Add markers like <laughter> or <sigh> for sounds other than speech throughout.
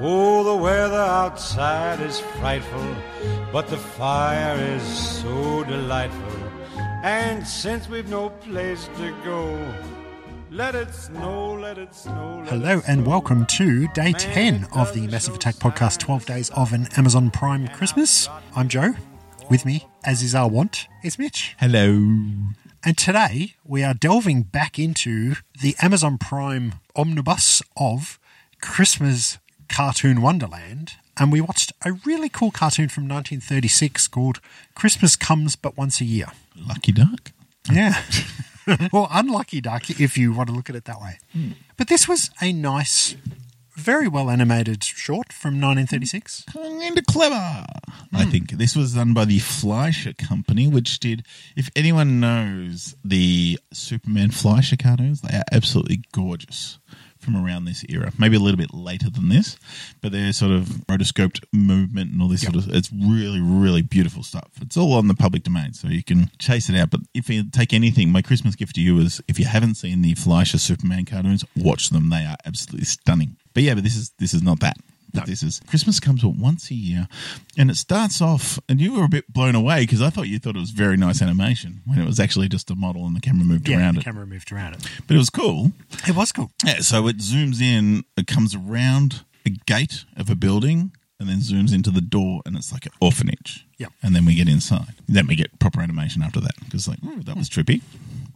Oh, outside is frightful, but the fire is so delightful. And since we've no place to go, let it snow, let it snow. Let Hello it and snow. welcome to day 10 of the Massive Attack podcast 12 Days of an Amazon Prime Christmas. I'm Joe. With me, as is our wont, is Mitch. Hello. And today we are delving back into the Amazon Prime omnibus of Christmas Cartoon Wonderland. And we watched a really cool cartoon from 1936 called Christmas Comes But Once a Year. Lucky duck. Yeah. <laughs> or unlucky duck, if you want to look at it that way. Hmm. But this was a nice, very well animated short from 1936. Hmm. Kind of clever. Hmm. I think this was done by the Fleischer Company, which did, if anyone knows the Superman Fleischer cartoons, they are absolutely gorgeous from around this era. Maybe a little bit later than this, but they're sort of rotoscoped movement and all this sort of. It's really, really beautiful stuff. It's all on the public domain, so you can chase it out. But if you take anything, my Christmas gift to you is if you haven't seen the Fleischer Superman cartoons, watch them. They are absolutely stunning. But yeah, but this is this is not that. But This is Christmas comes once a year, and it starts off, and you were a bit blown away because I thought you thought it was very nice animation when it was actually just a model and the camera moved Yeah, around the it. camera moved around it. But it was cool. It was cool. Yeah, so it zooms in, it comes around a gate of a building, and then zooms into the door, and it's like an orphanage. Yep. And then we get inside. Then we get proper animation after that because, like, ooh, that was trippy.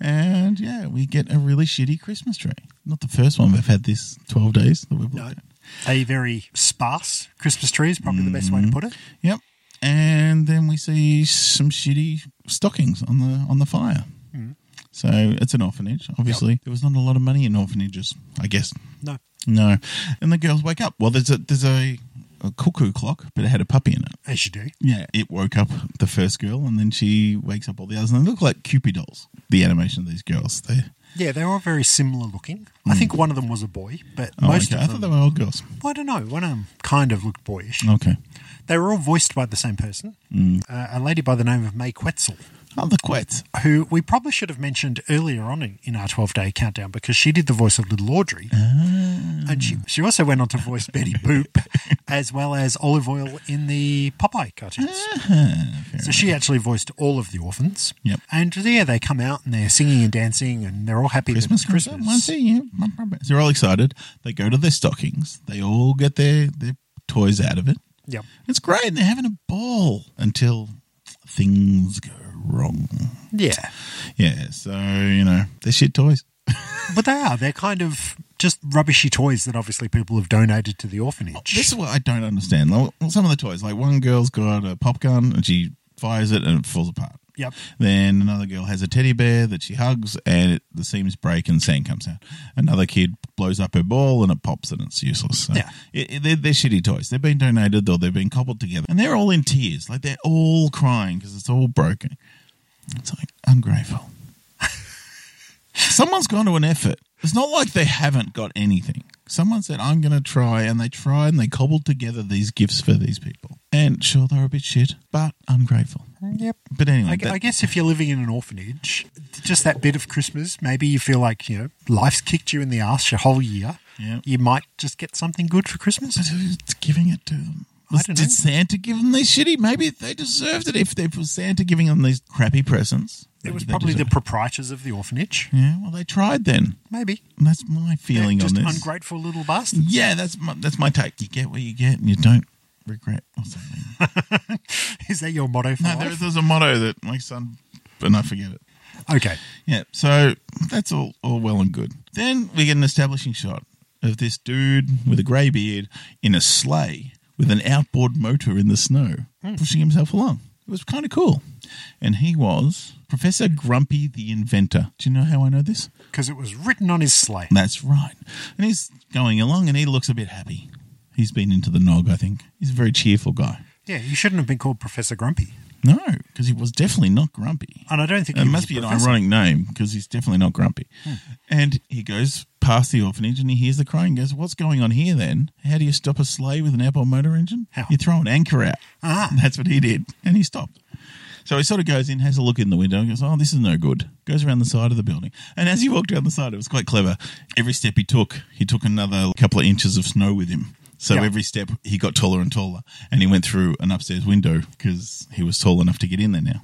And yeah, we get a really shitty Christmas tree. Not the first one we've had this 12 days that we've No. looked at. A very sparse Christmas tree is probably the best way to Mm-hmm. put it. Yep. And then we see some shitty stockings on the on the fire. Mm-hmm. So it's an orphanage. Obviously, there was not a lot of money in orphanages. I guess No. no. And the girls wake up. Well, there's a there's a, a cuckoo clock, but it had a puppy in it. As you do. Yeah, it woke up the first girl, and then she wakes up all the others, and they look like Cupid dolls. The animation of these girls, they Yeah, they were very similar looking. I think one of them was a boy, but Hmm. oh, most okay. I of thought them. they were all girls. I don't know. One of them kind of looked boyish. Okay. They were all voiced by the same person, Hmm. uh, a lady by the name of May Quetzal. Oh, the Quets. who we probably should have mentioned earlier on in, in our 12 day countdown because she did the voice of Little Audrey. Ah. And she, she also went on to voice Betty <laughs> Boop as well as Olive Oil in the Popeye cartoons. so she actually voiced all of the orphans. Ah, Yep. And yeah, they come out and they're singing and dancing and they're all happy that Christmas, it's Christmas, once a year. So they're all excited. They go to their stockings. They all get their their toys out of it. Yep. It's great, and they're having a ball until things go wrong. Yeah. Yeah, so you know they're shit toys. But they are. They're kind of just rubbishy toys that obviously people have donated to the orphanage. This is what I don't understand. Like, well, some of the toys, like one girl's got a pop gun and she fires it and it falls apart. Yep. Then another girl has a teddy bear that she hugs and it, the seams break and sand comes out. Another kid blows up her ball and it pops and it's useless. So Yeah. it- it- they're, they're shitty toys. They've been donated or they've been cobbled together and they're all in tears. Like they're all crying because it's all broken. It's like ungrateful. Someone's gone to an effort. It's not like they haven't got anything. Someone said, I'm going to try. And they tried and they cobbled together these gifts for these people. And sure, they're a bit shit, but ungrateful. Uh, Yep. But anyway, I, that- I guess if you're living in an orphanage, just that bit of Christmas, maybe you feel like you know life's kicked you in the ass your whole year. Yeah. You might just get something good for Christmas. But who's giving it to them? I don't know. Did Santa give them these shitty? Maybe they deserved it if they was Santa giving them these crappy presents. It was Maybe they probably the deserved- proprietors of the orphanage. yeah. Well, they tried then. Maybe And that's my They're feeling just on this. ungrateful little bastards. yeah, that's my, that's my take. You get what you get, and you don't regret or something. <laughs> Is that your motto for Mm. no, there, life? there's a motto that my son, and I forget it. okay. Yeah, so that's all, all well and good. Then we get an establishing shot of this dude with a grey beard in a sleigh with an outboard motor in the snow, pushing himself along. It was kind of cool. And he was Professor Grumpy the Inventor. Do you know how I know this? Because it was written on his sleigh. That's right. And he's going along and he looks a bit happy. He's been into the nog, I think. He's a very cheerful guy. Yeah, you shouldn't have been called Professor Grumpy. No, because he was definitely not grumpy. And I don't think It he must was a be an professor. Hmm. ironic name because he's definitely not grumpy. And he goes past the orphanage and he hears the crying. Goes, what's going on here? Then how do you stop a sleigh with an outboard motor engine? How? You throw an anchor out. Ah. That's what he did, and he stopped. So he sort of goes in, has a look in the window, and goes, "Oh, this is no good." Goes around the side of the building, and as he walked around the side, it was quite clever. Every step he took, he took another couple of inches of snow with him. So Yeah. every step he got taller and taller, and he went through an upstairs window because he was tall enough to get in there now.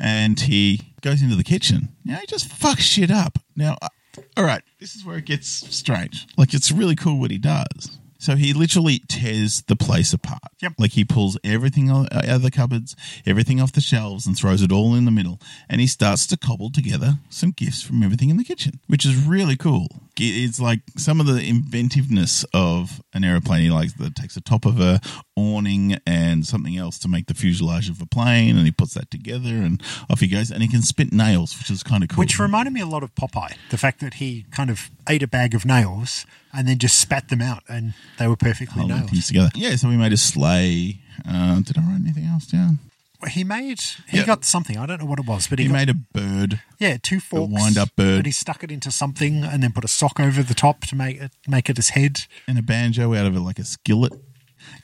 And he goes into the kitchen. Now he just fucks shit up. Now, I- all right, this is where it gets strange. Like it's really cool what he does. So he literally tears the place apart. Yep. Like he pulls everything o- uh, out of the cupboards, everything off the shelves, and throws it all in the middle. And he starts to cobble together some gifts from everything in the kitchen, which is really cool. It- It's like some of the inventiveness of an aeroplane. He likes that takes the top of a awning and something else to make the fuselage of a plane, and he puts that together, and off he goes. And he can spit nails, which is kind of cool. Which reminded me a lot of Popeye. The fact that he kind of ate a bag of nails and then just spat them out, and they were perfectly I'll link things nails. together. Yeah, so we made a sleigh. Uh, did I write anything else down? He made he Yeah. got something. I don't know what it was, but he, He got, made a bird. yeah two forks, wind-up bird. but he stuck it into something and then put a sock over the top to make it make it his head. and a banjo out of it like a skillet.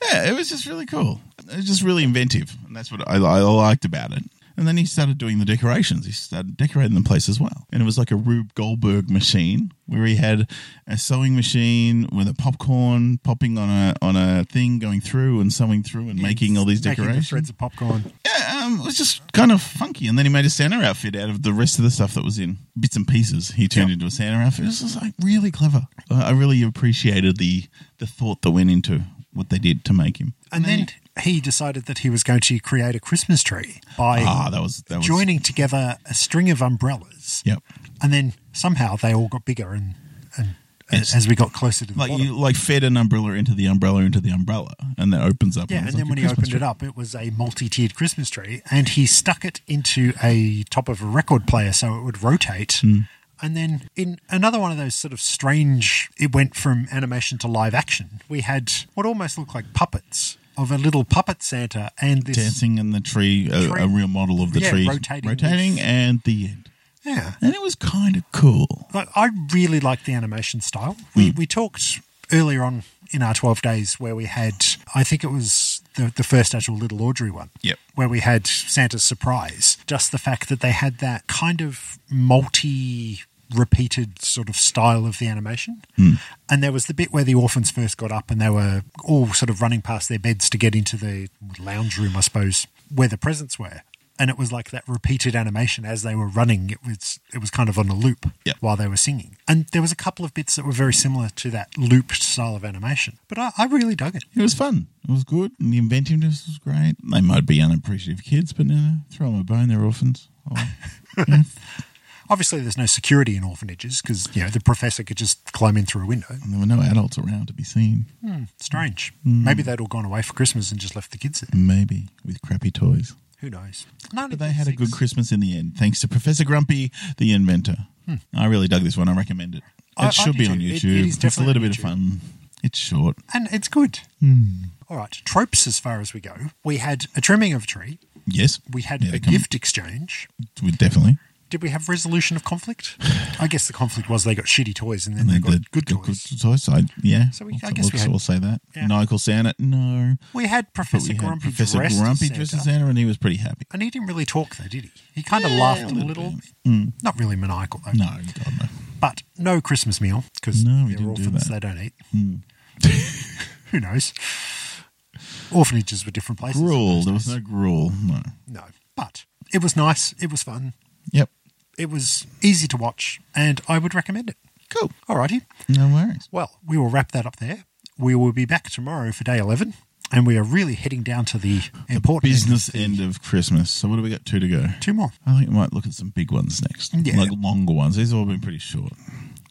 Yeah, it was just really cool. It was just really inventive, and that's what I, I liked about it. And then he started doing the decorations. He started decorating the place as well, and it was like a Rube Goldberg machine where he had a sewing machine with a popcorn popping on a on a thing, going through and sewing through and making all these making the decorations. threads of popcorn. Yeah, um, it was just kind of funky. And then he made a Santa outfit out of the rest of the stuff that was in bits and pieces. He turned Yeah. into a Santa outfit. It was just like really clever. I I really appreciated the the thought that went into what they did to make him. And then he decided that he was going to create a Christmas tree by ah, that was that was joining together a string of umbrellas. Yep. And then somehow they all got bigger and, and Yes. as we got closer to the Like bottom. you like fed an umbrella into the umbrella into the umbrella, and that opens up. yeah, it's and then like when a he opened Christmas it up, it was a multi-tiered Christmas tree, and he stuck it into a top of a record player so it would rotate. Hmm. And then in another one of those sort of strange, it went from animation to live action. We had what almost looked like puppets of a little puppet Santa and this tree. dancing in the tree, a, Tree. a real model of the Yeah, tree rotating rotating, with- and the end. yeah. And it was kind of cool. Like, I really like the animation style. Hmm. We we talked earlier on in our twelve days where we had I think it was the the first actual Little Audrey one. Yep. Where we had Santa's surprise. Just the fact that they had that kind of multi repeated sort of style of the animation. And there was the bit where the orphans first got up and they were all sort of running past their beds to get into the lounge room, I suppose, where the presents were. And it was like that repeated animation as they were running. It was it was kind of on a loop Yep. while they were singing. And there was a couple of bits that were very similar to that loop style of animation. But I, I really dug it. It was fun. It was good. And the inventiveness was great. They might be unappreciative kids, but you know, throw them a bone. They're orphans. Oh, Obviously, there's no security in orphanages because you know the professor could just climb in through a window. and there were no adults around to be seen. Strange. Hmm. Maybe they'd all gone away for Christmas and just left the kids there. Maybe with crappy toys. Who knows? But they had a good Christmas in the end, thanks to Professor Grumpy, the inventor. I really dug this one. I recommend it. It Hmm. I- I should do be too. on It- it YouTube. is it's a definitely little on bit of YouTube. fun. It's short. and it's good. Hmm. All right, tropes as far as we go. We had a trimming of a tree. Yes. We had Yeah, a they come- gift exchange. we- Definitely. Did we have resolution of <sighs> conflict? I guess the conflict was they got shitty toys and then And they they got did good got toys. Good toys. I, yeah. So we- We'll- I guess we we'll, had- we'll say that. yeah. Michael Santa. No. We had But Professor we had Grumpy Professor dressed Grumpy as dressed Santa. as Santa, and he was pretty happy. And he didn't really talk though, did he? He kind of Yeah, laughed a a little Hmm. little. Not really maniacal though. No, God no. But no Christmas meal because No, we they're didn't do orphans, that. Hmm. they don't eat. <laughs> Who knows? Orphanages were different places. Gruel. There was no gruel. No. No. But it was nice. It was fun. Yep. It was easy to watch, and I would recommend it. Cool. Alrighty. No worries. Well, we will wrap that up there. We will be back tomorrow for day 11, and we are really heading down to the important Business end of Christmas. So what do we got? Two to go. Two more. I think we might look at some big ones next. Yeah. Like longer ones. These have all been pretty short.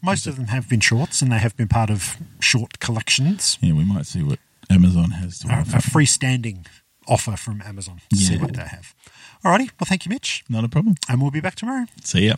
Most of them have been shorts, and they have been part of short collections. Yeah, we might see what Amazon has to A, a offer. freestanding offer from Amazon to see Yeah. what they have. Alrighty. Well, thank you, Mitch, Not a problem. and we'll be back tomorrow. See ya.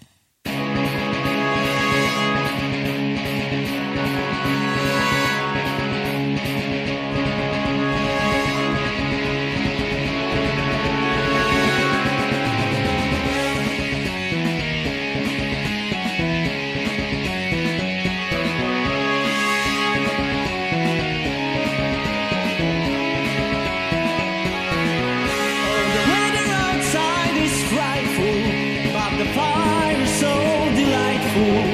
The weather outside is frightful, but the fire is so delightful.